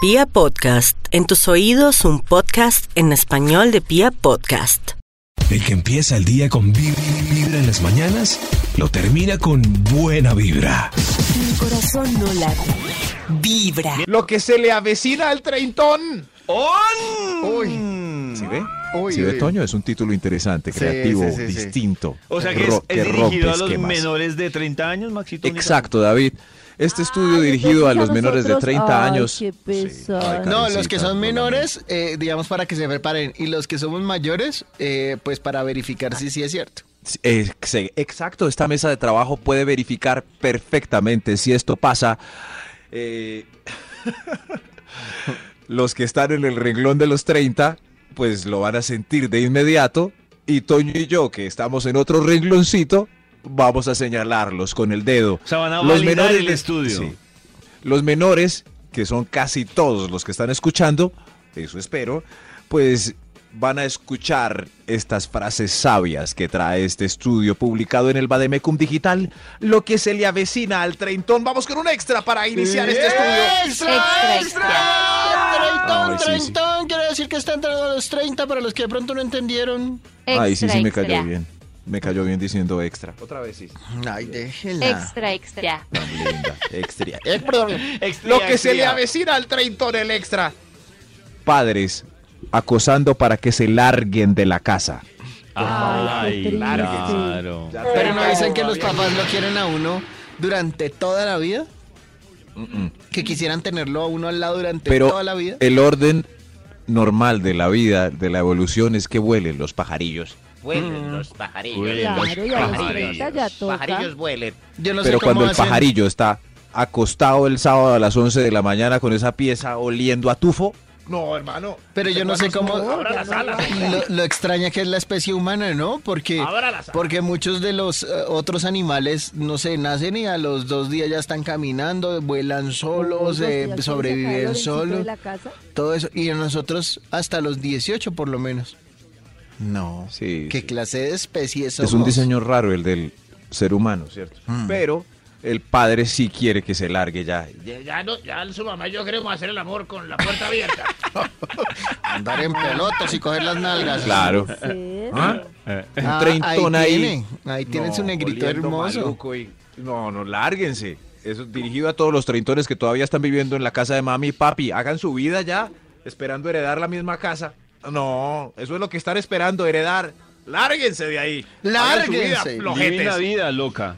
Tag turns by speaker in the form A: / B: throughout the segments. A: Pia Podcast, en tus oídos un podcast en español de Pia Podcast.
B: El que empieza el día con vi- vi- vibra en las mañanas, lo termina con buena vibra.
C: Mi corazón no late, vibra.
D: Lo que se le avecina al treintón. Uy,
E: ¿Sí ve?
D: uy,
E: ¿Sí ve,
D: uy.
E: Toño? Es un título interesante,
D: Sí,
E: creativo,
D: sí, sí, sí.
E: distinto.
F: O sea que es,
E: ro-
F: es
E: rompe
F: dirigido a los
E: esquemas.
F: menores de 30 años, Maxito. Unicornio.
E: Exacto, David. Este estudio dirigido a los menores de 30 años.
G: Qué pesar.
E: Ay,
H: No,
E: Karencita,
H: los que son
E: perdóname.
H: menores, eh, digamos para que se preparen. Y los que somos mayores, eh, pues para verificar si sí es cierto.
E: Sí, ex- Exacto, esta mesa de trabajo puede verificar perfectamente si esto pasa. Eh, los que están en el renglón de los 30, pues lo van a sentir de inmediato. Y Toño y yo, que estamos en otro rengloncito, vamos a señalarlos con el dedo.
F: O sea, van a validar el
E: de-
F: estudio.
E: Los menores, que son casi todos los que están escuchando, eso espero, pues van a escuchar estas frases sabias que trae este estudio publicado en el Bademecum Digital, lo que se le avecina al treintón. Vamos con un extra para iniciar este estudio.
H: ¡Extra, extra!
E: Ay,
H: ¡Treintón,
E: sí, sí.
H: treintón! Quiero decir que está entrando a los 30 para los que de pronto no entendieron.
E: Ay, sí, sí, me cayó bien. Me cayó bien diciendo extra. Otra vez sí.
H: Ay, déjenla.
G: Extra, extra.
E: Tan linda. Extra.
H: Eh, perdón.
F: Extria,
D: Lo que se le
F: extria.
D: avecina al treintón, el extra.
E: Padres acosando para que se larguen de la casa.
F: Ay,
G: Ay, qué
F: claro.
H: Pero no dicen que los papás lo quieren a uno durante toda la vida. Que quisieran tenerlo a uno al lado durante
E: Pero
H: toda la vida.
E: el orden normal de la vida, de la evolución, es que vuelen los pajarillos.
I: Vuelen
H: Mm.
I: los pajarillos.
F: Vuelen
I: los
G: Claro, y a los 30 ya toca.
I: pajarillos vuelen.
H: Yo no
E: Pero
H: sé cómo
E: cuando el
H: hacen.
E: pajarillo está acostado el sábado a las 11 de la mañana con esa pieza oliendo a tufo,
D: No, hermano.
H: Pero yo no sé cómo
G: las alas.
H: lo, lo extraña que es la especie humana, ¿no? Porque, porque muchos de los eh, otros animales, no sé, nacen y a los dos días ya están caminando, vuelan solos, eh, sobreviven solos, todo eso. Y nosotros hasta los 18 por lo menos. No.
E: Sí,
H: ¿Qué
E: sí.
H: clase de especie somos?
E: es un diseño raro el del ser humano, ¿cierto? Pero el padre sí quiere que se largue ya.
I: Ya, ya no, ya su mamá y yo queremos hacer el amor con la puerta abierta.
H: Andar en pelotas y coger las nalgas.
E: Claro. Un
H: Ah,
E: treintón
H: ahí
E: ahí.
H: tienen, ahí tienen su negrito
E: oliendo
H: hermoso.
E: maluco y- no, no, lárguense. Eso es dirigido a todos los treintones que todavía están viviendo en la casa de mami y papi. Hagan su vida ya, esperando heredar la misma casa. No, eso es lo que están esperando, heredar. Lárguense de ahí. Hagan su vida,
H: Lárguense.
F: Divina
D: flojetes.
F: vida, loca.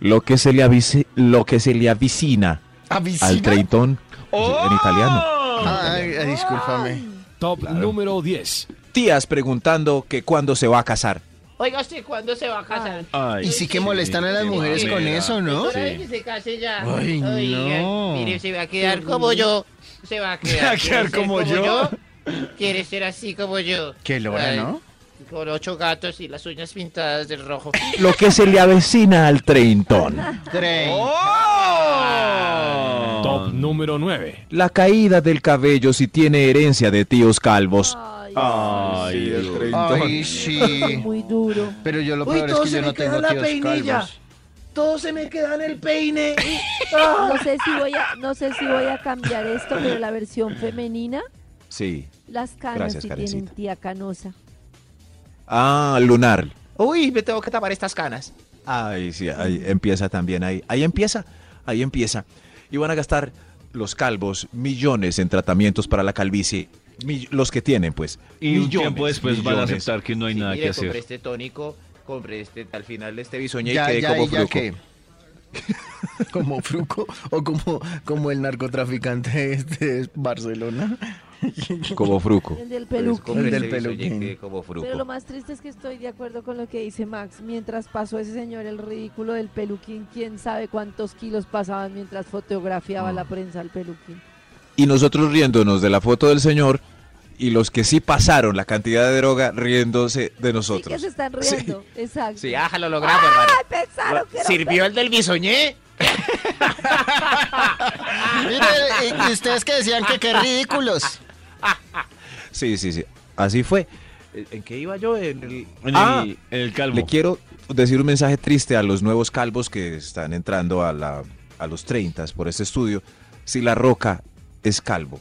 E: Lo que se le avise, lo que se le avicina
H: ¿Avicina?
E: al treintón
F: ¡Oh!
E: en italiano.
H: Ay, ay, discúlpame.
J: Top número 10.
E: Tías preguntando que cuándo se va a casar.
I: Oiga usted, ¿cuándo se va a casar?
F: Ay,
H: Y sí que molestan a las
F: qué
H: mujeres con
F: mamera.
H: eso, ¿no?
I: Hora de que se case ya.
H: Ay,
I: Oiga,
H: no.
I: Mire, se va a quedar como yo. Se va a quedar,
F: va a
I: ¿quiere
F: quedar
I: ser
F: como yo?
I: Quiere ser así como yo.
H: Qué lora,
I: Ay,
H: ¿no?
I: Con ocho gatos y las uñas pintadas de rojo.
E: Lo que se le avecina al treintón.
H: Trein-
J: Top número 9.
E: La caída del cabello si tiene herencia de tíos calvos.
F: Ay, Dios.
H: Ay, sí.
G: Muy duro.
H: Pero yo lo peor es que yo no tengo tíos calvos.
I: Todo se me queda en el peine.
G: No sé si voy a, no sé si voy a cambiar esto, pero la versión femenina,
E: Sí.
G: las canas
E: Gracias,
G: sí tienen
E: Karencita.
G: tía canosa.
E: Ah, lunar.
I: Uy, me tengo que tapar estas canas.
E: Ay, sí, ahí empieza también ahí. Ahí empieza, ahí empieza. Y van a gastar los calvos millones en tratamientos para la calvicie. Mi- los que tienen, pues.
F: Y un
E: Millones,
F: tiempo después van a
E: millones.
F: aceptar que no hay
I: Sí,
F: nada
I: mire,
F: que
I: compré
F: hacer.
I: este tónico, compré este al final de este
E: Te
I: video.
E: bisoñé y
H: Ya,
E: quedé
H: ya,
E: como
H: y ya
E: fruco.
H: que. Como Fruco o como, como el narcotraficante este de Barcelona.
E: Como fruco.
G: El del
I: Entonces,
G: peluque.
I: compré
H: El del
I: este bisoñé y
H: peluquín.
I: quedé como fruco.
G: Pero lo más triste es que estoy de acuerdo con lo que dice Max. Mientras pasó ese señor el ridículo del peluquín, quién sabe cuántos kilos pasaban mientras fotografiaba
H: Mm.
G: la prensa al peluquín.
E: Y nosotros riéndonos de la foto del señor y los que sí pasaron la cantidad de droga riéndose de
G: Sí que
E: nosotros.
G: se están riendo, exacto.
I: Sí,
H: ah,
I: ajá, lo logramos, hermano.
G: Ay, pensaron que era un
I: ¿Sirvió el del bisoñé?
H: Mire, Eh, y- y ustedes que decían que qué ridículos.
E: Sí, sí, sí. Así fue. Eh, ¿En qué iba yo? En el,
F: En
E: Ah,
F: el, en el calvo.
E: Le quiero decir un mensaje triste a los nuevos calvos que están entrando a, la, a los 30 por este estudio. Si la roca es calvo,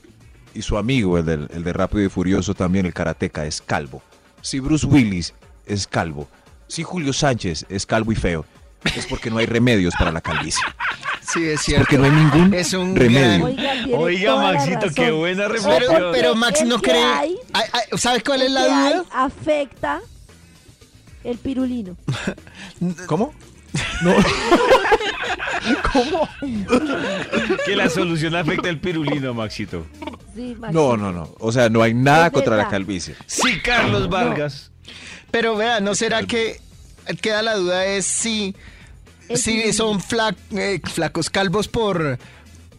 E: y su amigo, el, del- el de Rápido y Furioso también, el karateca, es calvo. Si Bruce Willis es calvo, si Julio Sánchez es calvo y feo, es porque no hay remedios para la calvicie.
H: Sí, es cierto.
E: Porque no hay ningún
H: es un
E: remedio.
H: gran-
G: tiene
F: Oiga,
G: toda la
F: Maxito, qué
G: razón.
F: buena
G: Pero-
F: reflexión.
H: Pero, pero Max
G: el
H: no
G: que
H: cree.
G: hay-
H: Ay, ay, ¿Sabes cuál es la
G: que hay
H: duda?
G: afecta el pirulino.
E: ¿Cómo?
F: Que la solución afecta el pirulino, Maxito.
G: Sí, Maxi.
E: No, no, no. O sea, no hay nada
G: Es
E: contra la
G: verdad.
E: calvicie.
F: Sí, Carlos Vargas.
H: Pero vea, ¿no será que queda la duda es si,
G: El
H: si
G: pirulino.
H: son fla- eh, flacos calvos por,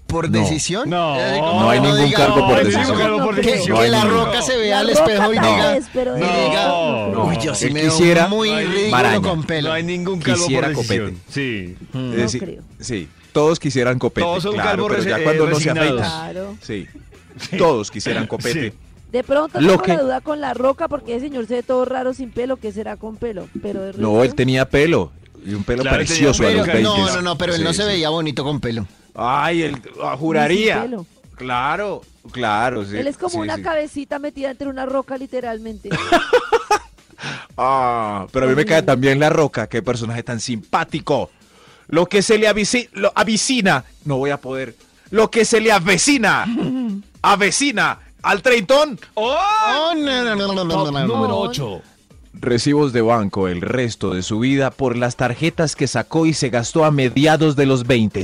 H: por
E: No.
H: decisión?
F: No.
H: Es como
E: No hay
H: que uno
E: ningún calvo por
H: "No,
E: decisión".
H: ningún calvo por
G: Que-
H: decisión.
E: que
H: Que la
E: la
H: roca se vea
G: La
H: al
G: roca
H: espejo y
G: tal
H: diga,
G: vez, pero
H: y
G: de-
H: diga,
F: No,
E: no.
H: uy, yo sí
E: Él
H: me veo
E: quisiera
H: muy ridículo
E: maraña.
H: con pelo.
F: No hay ningún calvo
E: Quisiera
F: por decisión.
E: copete.
F: Sí.
E: Es
G: Mm. No
E: decir,
G: creo.
E: Sí, todos quisieran copete.
F: Todos son
E: claro,
F: calvos
E: pero
F: resi-
E: ya cuando
F: eh,
E: no se
F: resignados.
E: afeitan.
G: Claro.
E: Sí. Todos quisieran copete.
F: Sí.
G: De pronto
E: Lo
G: tengo
E: que-
G: la duda con la roca porque ese señor se ve todo raro sin pelo. ¿Qué será con pelo? Pero de
E: No, él
G: resto-
E: tenía pelo. Y un pelo
F: Claro, él tenía
E: precioso a los
H: Pero-
E: 20.
H: no, no, no, pero él no
E: Sí,
H: se
E: sí.
H: veía bonito con pelo.
E: Ay, él ah, juraría.
G: Ni sin pelo.
E: Claro, claro. sí,
G: Él es como
E: sí,
G: una
E: sí.
G: cabecita metida entre una roca, literalmente.
E: Ah, pero a mí me cae también La Roca. Qué personaje tan simpático. Lo que se le avici- lo avicina. No voy a poder. Lo que se le avecina. Avecina. Al treintón.
H: Oh, no, no, no, no, no, no,
J: Top
H: no, no.
J: número 8.
E: Recibos de banco el resto de su vida por las tarjetas que sacó y se gastó a mediados de los 20.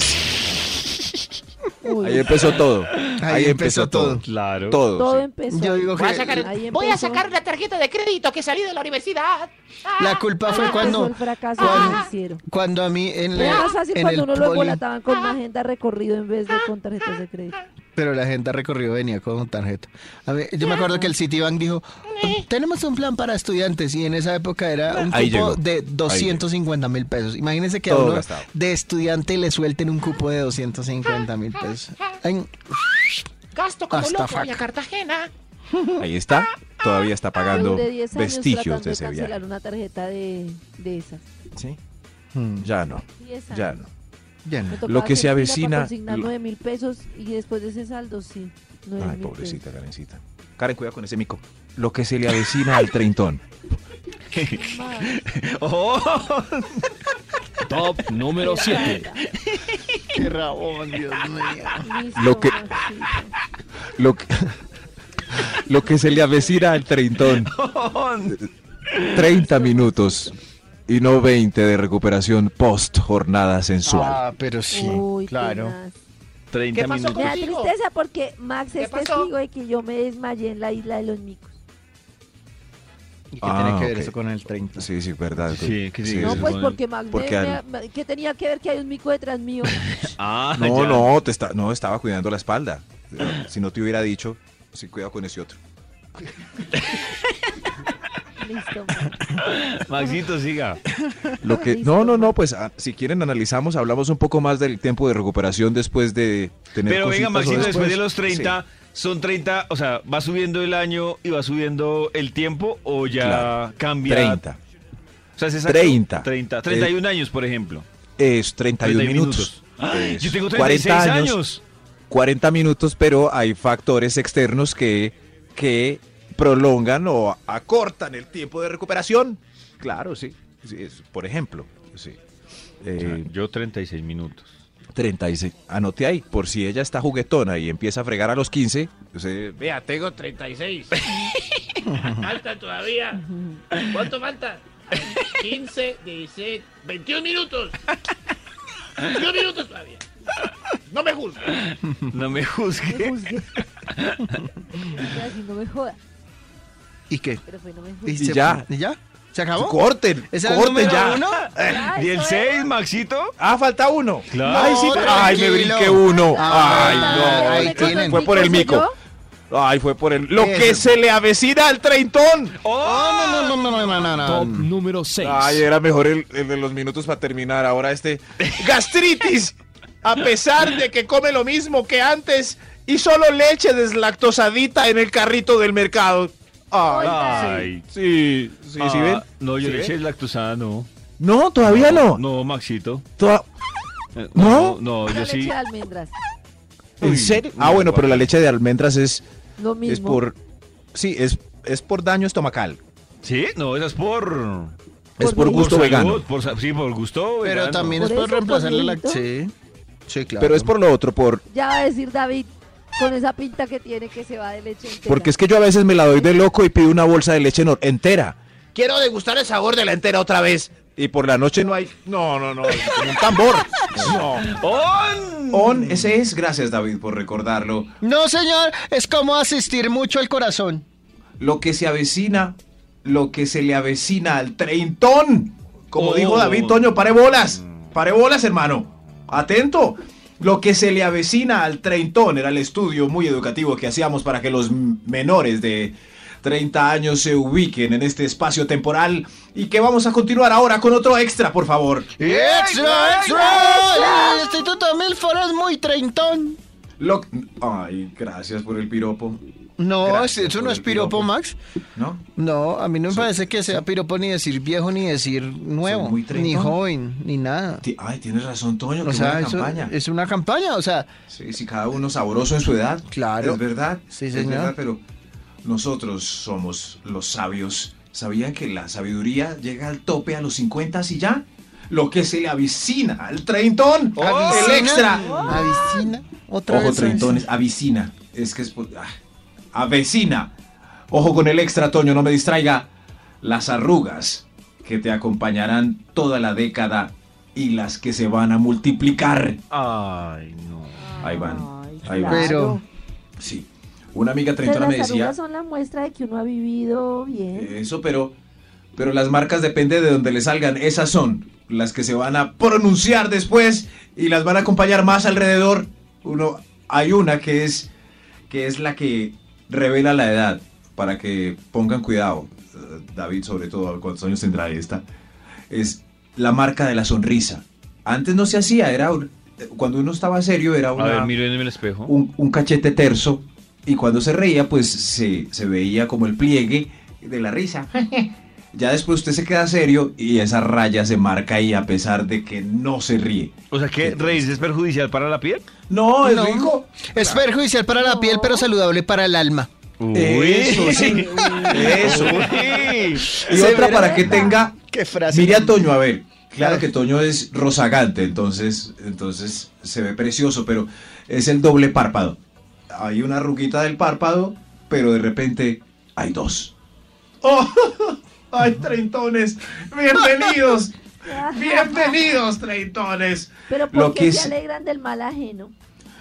G: Uy,
E: Ahí empezó todo.
H: Ahí empezó todo.
F: Claro.
E: Todo.
G: todo
E: sí.
G: empezó.
H: Yo
G: ahí.
H: digo que-
I: Voy a, sacar,
G: Ahí
I: voy a
G: empezó.
I: sacar una tarjeta de crédito que salí de la universidad. Ah,
H: La culpa fue
G: Empezó
H: cuando,
G: el fracaso
H: cuando-
G: que hicieron.
H: cuando a mí en,
G: Era
H: la-
G: más fácil
H: en
G: cuando
H: el
G: uno lo
H: poli-
G: embolataban con una agenda recorrido en vez de con tarjetas de crédito.
H: Pero la agenda recorrido venía con tarjeta. A ver, yo me acuerdo que el Citibank dijo, "Um, tenemos un plan para estudiantes y en esa época era un
E: Ahí llegó.
H: cupo de
E: Ahí
H: 250 mil pesos. Imagínense que a
E: Todo
H: uno
E: gastado.
H: de estudiante le suelten un cupo de 250 mil pesos. Ay,
I: Gasto como
H: Hasta
I: loco
H: fac.
I: voy a Cartagena.
E: Ahí está. Todavía está pagando
G: Duré 10 años
E: vestigios
G: tratando
E: de ese
G: cancelar
E: viaje.
G: una tarjeta de, de esas.
H: hmm,
E: Ya no,
G: 10
E: ya
G: años.
E: no.
H: ya no.
G: Me tocaba
E: Lo que
G: hacer
E: se
G: fila para
E: avecina-
G: Consignar
E: lo-
G: 9 mil pesos y después de ese saldo, sí. 9
E: Ay,
G: mil
E: pobrecita Karencita. Karen, cuidado con ese mico. Lo que se le avecina al treintón.
G: pesos. Madre,
F: Oh,
J: Top número 7.
H: Qué rabón, Dios mío.
G: listo,
E: Lo que-
G: Maxito.
E: Lo que, lo que se le avecina al treintón. 30 minutos y no 20 de recuperación post jornada sensual.
H: Ah, pero sí,
G: Uy,
H: claro.
G: tenaz.
F: 30
I: ¿Qué pasó
G: Me da
I: Contigo.
G: tristeza porque Max
I: ¿Qué
G: es
I: pasó?
G: testigo de que yo me desmayé en la isla de los micos.
H: ¿Y qué
E: Ah,
H: tiene que ver
E: ok.
H: eso con el 30?
E: Sí, sí, verdad.
F: Sí, que sí,
E: Sí,
F: que
G: No,
E: sí.
F: se
G: pues
F: supone-
G: porque Max
E: porque
G: me-
E: al-
G: me- que tenía que ver que hay un mico detrás mío.
F: Ah,
E: No,
F: ya.
E: no, te está, no, estaba cuidando la espalda. Si no te hubiera dicho, sí, cuidado con ese otro.
G: Listo. Max.
F: Maxito, siga.
E: Lo que, no, no, no, pues ah, si quieren analizamos, hablamos un poco más del tiempo de recuperación después de tener
F: Pero venga,
E: cositas o
F: Maxito, después de los
E: Sí.
F: 30, son 30, o sea, ¿va subiendo el año y va subiendo el tiempo o ya
E: Claro.
F: cambia?
E: 30.
F: O sea, ¿es exacto?
E: 30.
F: 30. 31 años, por ejemplo.
E: Eh, Es 31,
F: 31
E: minutos.
F: Ay,
E: Es
F: Ah, yo tengo
E: 40
F: 36 años.
E: 40 minutos, pero hay factores externos que, que prolongan o acortan el tiempo de recuperación. Claro, sí. sí, es- por ejemplo, sí.
F: O sea,
E: Eh,
F: yo 36 minutos.
E: 36. Anote ahí, por si ella está juguetona y empieza a fregar a los 15. usted-
I: Vea, tengo 36. falta todavía. ¿Cuánto falta? 15, 16, 21 minutos. 21 minutos todavía. No me gusta.
F: No me
G: Me
F: juzgue.
G: juzgué. Así no me joda.
H: ¿Y qué?
G: Pero fue no me
H: ¿Y,
G: juzgué.
H: se-
E: ya.
H: ¿y ya? ¿Se acabó?
E: ¡Corten!
H: ¿Ese era el
E: ¡Corten
H: número
E: ya!
H: uno?
G: Ya,
F: ¿Y el
G: eso
F: 6,
G: era.
F: Maxito?
E: ¡Ah, falta uno!
F: Claro.
E: ¡Ay, sí!
H: No,
E: ¡Ay, me
H: tranquilo.
E: brinqué uno!
H: Ah,
E: ¡Ay, no! este
H: ahí
G: ¿Me
H: tienen.
E: Fue por el
G: soy
E: mico.
G: yo?
E: ¡Ay, fue por el... ¡Lo
H: Eso.
E: que se le avecina al treintón!
H: Oh, no, no, no, no, no, no,
F: Ah.
H: no.
J: Top número 6.
E: Ay, era mejor el, el de los minutos para terminar. Ahora este. ¡Gastritis! A pesar de que come lo mismo que antes y solo leche deslactosadita en el carrito del mercado.
F: Ay.
E: Sí, sí,
F: Ah,
E: ¿sí ven?
F: No, yo
E: ¿Sí
F: le
E: ven?
F: eché lactosada, no.
E: No, todavía no.
F: No, Maxito.
E: Toda-
F: Eh,
E: ¿No?
F: No, no,
G: Una
F: yo
G: leche
F: sí.
G: de almendras.
E: ¿En
F: Uy,
E: serio?
F: uy,
E: Ah, bueno, pero la
F: guau.
E: leche de almendras es
G: Lo mismo.
E: Es por. Sí, es, es por daño estomacal.
F: Sí, no, esa es por.
E: Es por gusto
F: salud,
E: vegano.
F: por sa- sí, por gusto
H: Pero
F: vegano.
H: también
G: Por
H: es para
G: eso,
H: reemplazar la
G: Cornelito.
H: lactosa. Sí, claro.
E: Pero es por lo otro, por.
G: Ya va a decir David, con esa pinta que tiene que se va de leche entera.
E: Porque es que yo a veces me la doy de loco y pido una bolsa de leche no- entera.
I: Quiero degustar el sabor de la entera otra vez.
E: Y por la noche no hay. No, no, no. Como un tambor. No.
F: ¡On!
E: On, ese es. Gracias, David, por recordarlo.
H: No, señor, es como asistir mucho al corazón.
E: Lo que se avecina, lo que se le avecina al treintón. Como
F: Oh.
E: dijo David Toño, pare bolas. Pare bolas, hermano. Atento. Lo que se le avecina al treintón era el estudio muy educativo que hacíamos para que los m- menores de 30 años se ubiquen en este espacio temporal y que vamos a continuar ahora con otro extra, por favor.
H: ¡Extra, extra! El Instituto Milford es muy treintón.
E: Lo- Ay, gracias por el piropo.
H: No,
E: Gracias
H: eso no
E: por
H: es
E: el
H: piropo,
E: piropo.
H: Max.
E: ¿No?
H: No, a mí no me parece que sea piropo ni decir viejo, ni decir nuevo,
E: muy treintón.
H: ni joven, ni nada.
E: Ti- Ay, tienes razón, Toño, que
H: O sea,
E: buena
H: eso
E: campaña.
H: es una campaña, o sea,
E: Sí, sí, cada uno sabroso en su edad.
H: Claro.
E: Es verdad.
H: Sí,
E: es
H: señor.
E: verdad, pero nosotros somos los sabios. ¿Sabían que la sabiduría llega al tope a los 50 y ya? Lo que se le avicina al treintón. ¡Oh, el
G: Oh,
H: avicina,
E: extra.
H: avicina, otra
E: Ojo,
H: vez
E: treintones, avicina. Es que es por. ah, avecina. Ojo con el extra, Toño, no me distraiga. Las arrugas que te acompañarán toda la década y las que se van a multiplicar.
F: Ay, no.
E: Ahí van.
G: Ay,
E: Ahí van.
G: claro.
H: Pero-
E: Sí. Una amiga
G: Pero
E: treintona me
G: las
E: decía Eh,
G: arrugas son la muestra de que uno ha vivido bien.
E: eso, pero pero las marcas depende de donde le salgan. Esas son las que se van a pronunciar después y las van a acompañar más alrededor. Uno hay una que es que es la que revela la edad para que pongan cuidado. Eh, David, sobre todo, cuántos años tendrá esta. Es la marca de la sonrisa. Antes no se hacía, era un- cuando uno estaba serio era una
F: A ver, miren en el espejo.
E: un, un cachete terso y cuando se reía pues se, se veía como el pliegue de la risa. Ya después usted se queda serio y esa raya se marca ahí a pesar de que no se ríe.
F: O sea, ¿qué? ¿Reírse es perjudicial para la piel?
E: No, es
H: No.
E: rico.
H: Es perjudicial para la piel, pero saludable para el alma.
E: Eso, sí. Eso.
F: Uy.
E: Y otra para que tenga...
H: Qué frase.
E: Mire a Toño, a ver. Claro que Toño es rozagante, entonces, entonces se ve precioso, pero es el doble párpado. Hay una ruguita del párpado, pero de repente hay dos. ¡Oh! ¡Ay, treintones! ¡Bienvenidos! ¡Bienvenidos, treintones!
G: Pero
E: Lo
G: porque
E: que
G: se
E: es-
G: alegran del mal ajeno.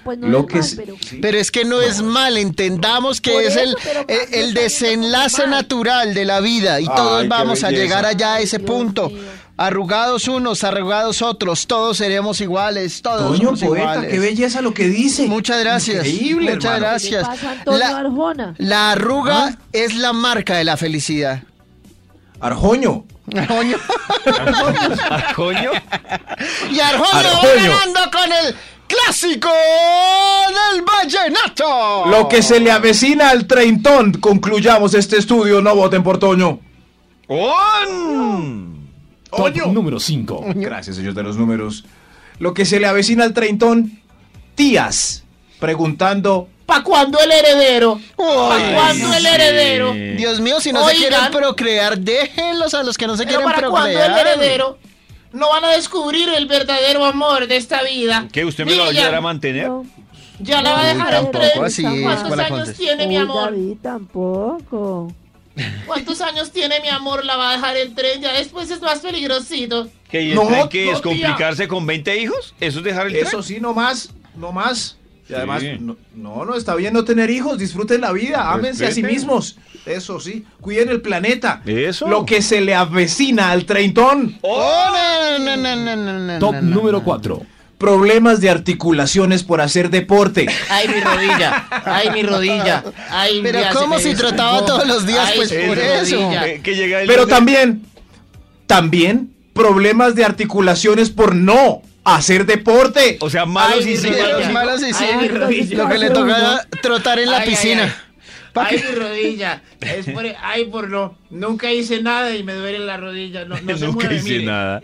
G: Pues no
E: Lo
G: del
E: que
G: mal,
E: es-
G: pero
E: sí.
H: Pero es que no es mal, entendamos que
G: Por
H: es
G: eso,
H: el, eh,
G: pero Max,
H: el-
G: no
H: el
G: está
H: desenlace
G: yendo mal.
H: natural de la vida y
E: Ay,
H: todos
E: qué
H: vamos a
E: belleza.
H: llegar allá a ese
G: Dios
H: punto.
G: mío.
H: Arrugados unos, arrugados otros, todos seremos iguales, todos
E: Toño,
H: somos
E: poeta,
H: iguales.
E: qué belleza lo que dice.
H: Muchas gracias.
E: Increíble,
H: muchas
E: hermano.
G: ¿qué
H: gracias.
G: le pasa a Antonio
H: La-
G: Arjona?
H: La arruga
E: ¿Ah?
H: es la marca de la felicidad.
E: Arjoño.
H: Arjoño.
F: ¿Ah, coño?
H: Y Arjoño, va
E: Arjoño.
H: ganando con el clásico del vallenato.
E: Lo que se le avecina al treintón. Concluyamos este estudio. No voten por Toño.
F: ¡On!
J: Top
E: Toño.
J: número 5.
E: Gracias, señor de los números. Lo que se le avecina al treintón, tías, preguntando,
I: ¿Pa' cuándo el heredero?
H: Ay,
I: ¿Pa' cuándo el heredero?
H: Dios mío, si no se
I: Oigan.
H: quieren procrear, déjenlos a los que no se
I: Pero
H: quieren
I: ¿para cuándo el
H: procrear.
I: heredero? No van a descubrir el verdadero amor de esta vida.
F: ¿Qué? ¿Usted me lo va a
I: Miriam,
F: ayudar a
E: ¿Eh?
F: mantener?
G: No.
I: Ya la va a
H: Uy,
I: dejar en
H: tampoco
I: tren.
H: así es,
I: ¿Cuántos
H: ¿cuál
I: años
H: acontece?
I: tiene mi
G: Uy,
I: amor?
G: David, tampoco.
I: ¿Cuántos años tiene mi amor? La va a dejar el tren. Ya después es más peligrosito.
F: ¿Que y el
E: No,
F: tren que es
I: no, tía.
F: complicarse con 20 hijos? ¿Eso es dejar el
E: eso
F: tren?
E: sí, no más, no más. Y
F: Sí.
E: además, no, no, no, está bien no tener hijos, disfruten la vida, ámense a sí
F: Respeten.
E: mismos. Eso sí, cuiden el planeta.
F: Eso.
E: Lo que se le avecina al treintón,
H: Oh, no, no, no, no, no, no,
J: Top
H: no, no,
J: número
H: no.
J: 4.
E: problemas de articulaciones por hacer deporte.
I: Ay, mi rodilla. Ay, mi rodilla. Ay,
H: Pero
I: ya se
H: ¿cómo
I: me
H: si
I: descompó.
H: trataba todos los días?
I: Ay,
H: Pues
I: mi
H: por eso.
I: rodilla.
F: Eh, que llega el
E: Pero también, también problemas de articulaciones por no hacer deporte.
F: O sea, malos
I: Ay,
F: y
I: mi
F: sin
H: Sí,
I: rodilla.
H: los malos y
I: Ay,
H: sí,
I: mi rodilla.
H: Lo que le toca era trotar en la
I: Ay, ay, ay.
H: piscina. Pa'
I: Ay,
H: que-
I: mi rodilla. Es por, ay, por no. Nunca hice nada y me duele la rodilla. No, no se
F: Nunca
I: mueve,
F: hice
I: mire.
F: nada.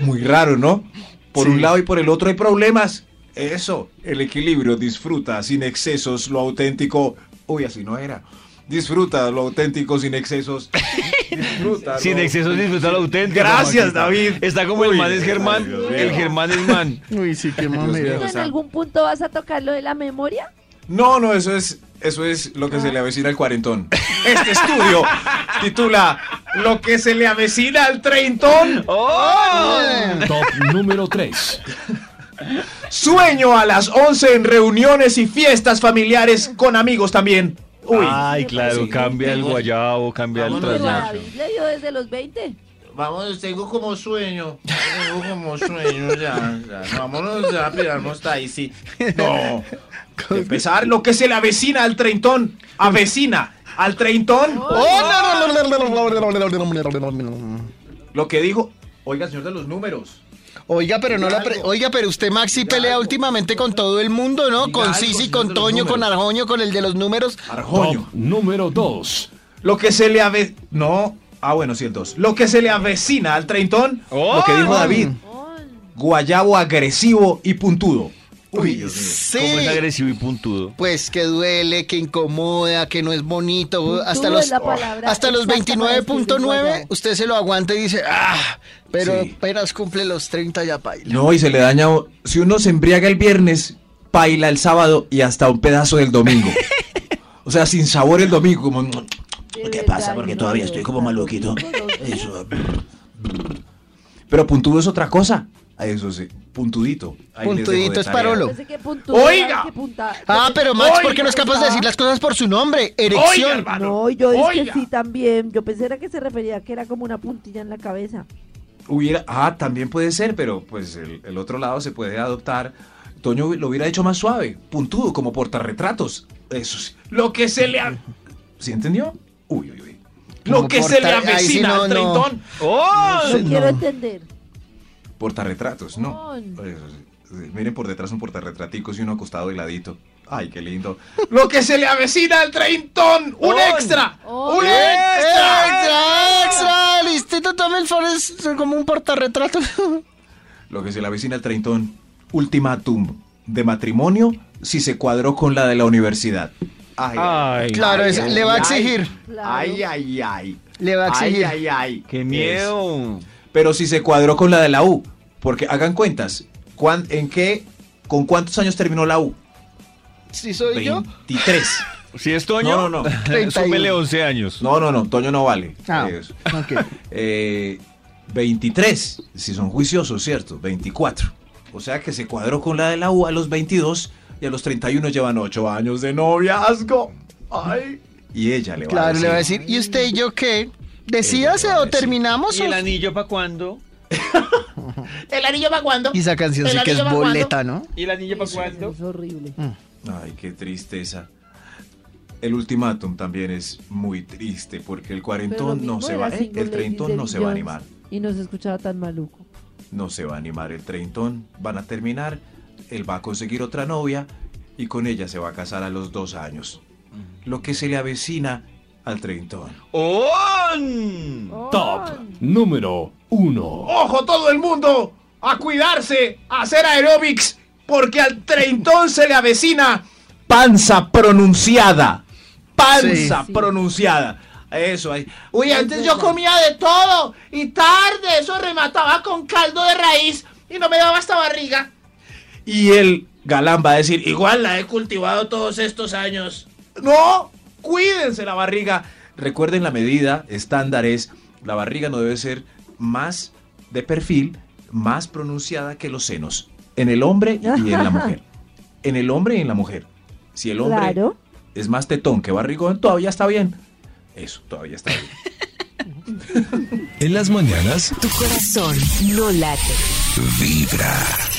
E: Muy raro, ¿no? Por
H: Sí.
E: un lado y por el otro hay problemas. Eso, el equilibrio, disfruta sin excesos lo auténtico Uy, así no era. Disfruta lo auténtico sin excesos. Disfruta
F: Sin excesos disfrutar lo auténtico.
E: Gracias,
F: Maxito.
E: David.
F: Está como el
E: Uy,
F: man es Germán,
E: ay, Dios
F: el
E: mío.
F: Germán es man.
H: Uy, sí, qué
E: mío.
H: mamera.
E: o
G: ¿En
E: sea-
G: algún punto vas a tocar lo de la memoria?
E: No, no, eso es, eso es lo que se le avecina al cuarentón. Este estudio titula Lo que se le avecina al treintón.
H: Oh.
J: Top número 3.
E: Sueño a las 11 en reuniones y fiestas familiares con amigos también. Uy.
F: Ay, claro,
I: Sí,
F: cambia el
I: tengo-
F: guayabo, cambia el
I: Vámonos,
G: Pero a
F: trasnacho.
G: David le dio desde los 20.
I: Vamos, tengo como sueño. Tengo como sueño ya. ya. Vámonos ya, pirarnos ahí, sí.
E: No. De Empezar lo que se le avecina al treintón. Avecina al treintón.
H: Oh,
E: Lo que dijo. Oiga, señor de los números.
H: Oiga, pero no la pre- Oiga, pero usted Maxi pelea últimamente con todo el mundo, ¿no? Con
I: algo,
H: Sisi,
I: señor
H: con
I: de los
H: Toño, con
I: números.
H: Arjoño, con el de los números.
E: Arjoño.
J: Top número 2.
E: Lo que se le avecina. No. Ah, bueno, sí, el dos. Lo que se le avecina al treintón. Lo que dijo David. Guayabo agresivo y puntudo. Uy, Dios mío.
F: Como es
H: Sí.
F: agresivo y puntudo.
H: Pues que duele, que incomoda, que no es bonito. Hasta
G: es
H: los,
G: la palabra
H: hasta los
G: exacta para describir
H: 29.9
G: guayabo.
H: usted se lo aguanta y dice, ah, pero
E: Sí.
H: apenas cumple los 30 ya baila.
E: No, y se le daña. o- Si uno se embriaga el viernes, baila el sábado y hasta un pedazo del domingo. O sea, sin sabor el domingo, como.
G: ¿Qué pasa? Porque todavía estoy como maluquito.
E: Pero puntudo es otra cosa. Ah, Eso sí, puntudito. Ahí les dejo de
H: Puntudito es
E: tarea.
H: parolo.
E: Oiga.
H: Ah, pero Max, ¿por qué no es capaz de decir las cosas por su nombre? Erección.
G: No, yo dije que
I: Oiga.
G: sí también. Yo pensé era que se refería a que era como una puntilla en la cabeza.
E: Hubiera, ah, también puede ser, pero pues el, el otro lado se puede adoptar. Toño lo hubiera hecho más suave, puntudo, como portarretratos. Eso sí. Lo que se le. a- ¿Sí entendió? Uy, uy, uy. Lo
H: Como
E: que se le
H: porta- ahí sí
E: avecina
H: no,
E: al
H: no.
E: treintón.
F: Oh.
G: Lo
H: No.
G: quiero entender.
E: Portarretratos, no.
G: Mon.
E: Eso sí. Sí, Miren por detrás un portarretratico y uno acostado de ladito. Ay, qué lindo. Lo que se le avecina al treintón. Un extra.
G: Oh.
E: Un
H: ¡Extra, extra! El Instituto Milford es como un portarretrato.
E: Lo que se le avecina al treintón, ultimátum de matrimonio si se cuadró con la de la universidad. Ay,
F: Ay,
H: Claro,
I: Ay,
H: es-
I: ay,
H: le va a
I: ay.
H: exigir.
G: Claro.
I: Ay, ay, ay.
H: Le va a
I: Ay,
H: exigir.
I: ay, ay.
F: qué miedo.
E: Pero si se cuadró con la de la U, porque hagan cuentas, ¿cuán- ¿en qué, con cuántos años terminó la U?
H: Si soy yo.
E: 23.
F: Si es Toño,
E: No, no, no.
F: 31.
H: 31.
F: 11 años.
E: No, no, no, Toño no vale.
H: Ah,
E: Eso.
H: ok.
E: Eh, 23, si son juiciosos, ¿cierto? 24. O sea que se cuadró con la de la U a los 22 y a los 31 llevan 8 años de noviazgo. Ay. Y ella le va a
H: Claro,
E: decir.
H: le va a decir, ¿y usted y yo qué? ¿Decídase
E: Ella le va a
H: o
E: decir.
H: terminamos?
F: ¿Y el
H: o-?"
F: anillo para cuándo?
I: ¿El anillo para cuándo?
H: Y esa canción sí
I: ¿El
H: que es
I: anillo pa'
H: boleta, ¿no?
F: ¿Y el anillo para cuándo?
G: Es horrible.
E: Ay, qué tristeza. El ultimátum también es muy triste porque
G: Pero
E: el
G: lo
E: cuarentón no
G: mismo
E: se
G: era
E: va, ¿eh?
G: Single
E: el treintón
G: Ladies
E: no
G: de
E: se va a
G: Bill
E: animar,
G: Jones Y no se escuchaba tan maluco.
E: no se va a animar el treintón, van a terminar, él va a conseguir otra novia y con ella se va a casar a los dos años. Lo que se le avecina al treintón.
F: ¡On!
J: Top número 1.
E: ¡Ojo todo el mundo! ¡A cuidarse! ¡A hacer aeróbics! Porque al treintón se le avecina panza pronunciada. Panza
G: Sí.
E: pronunciada. Eso ahí. Uy, antes yo comí
I: comía de todo y tarde, eso remataba con caldo de raíz y no me daba esta barriga.
E: Y el galán va a decir, igual la
I: he cultivado todos estos años.
E: No, cuídense la barriga. Recuerden la medida estándar es, la barriga no debe ser más de perfil, más pronunciada que los senos. En el hombre y en la mujer. En el hombre y en la mujer. Si el hombre
G: Claro.
E: es más tetón que barrigón, todavía está bien. Eso, todavía está bien.
B: En las mañanas
C: Tu corazón no late.
B: vibra.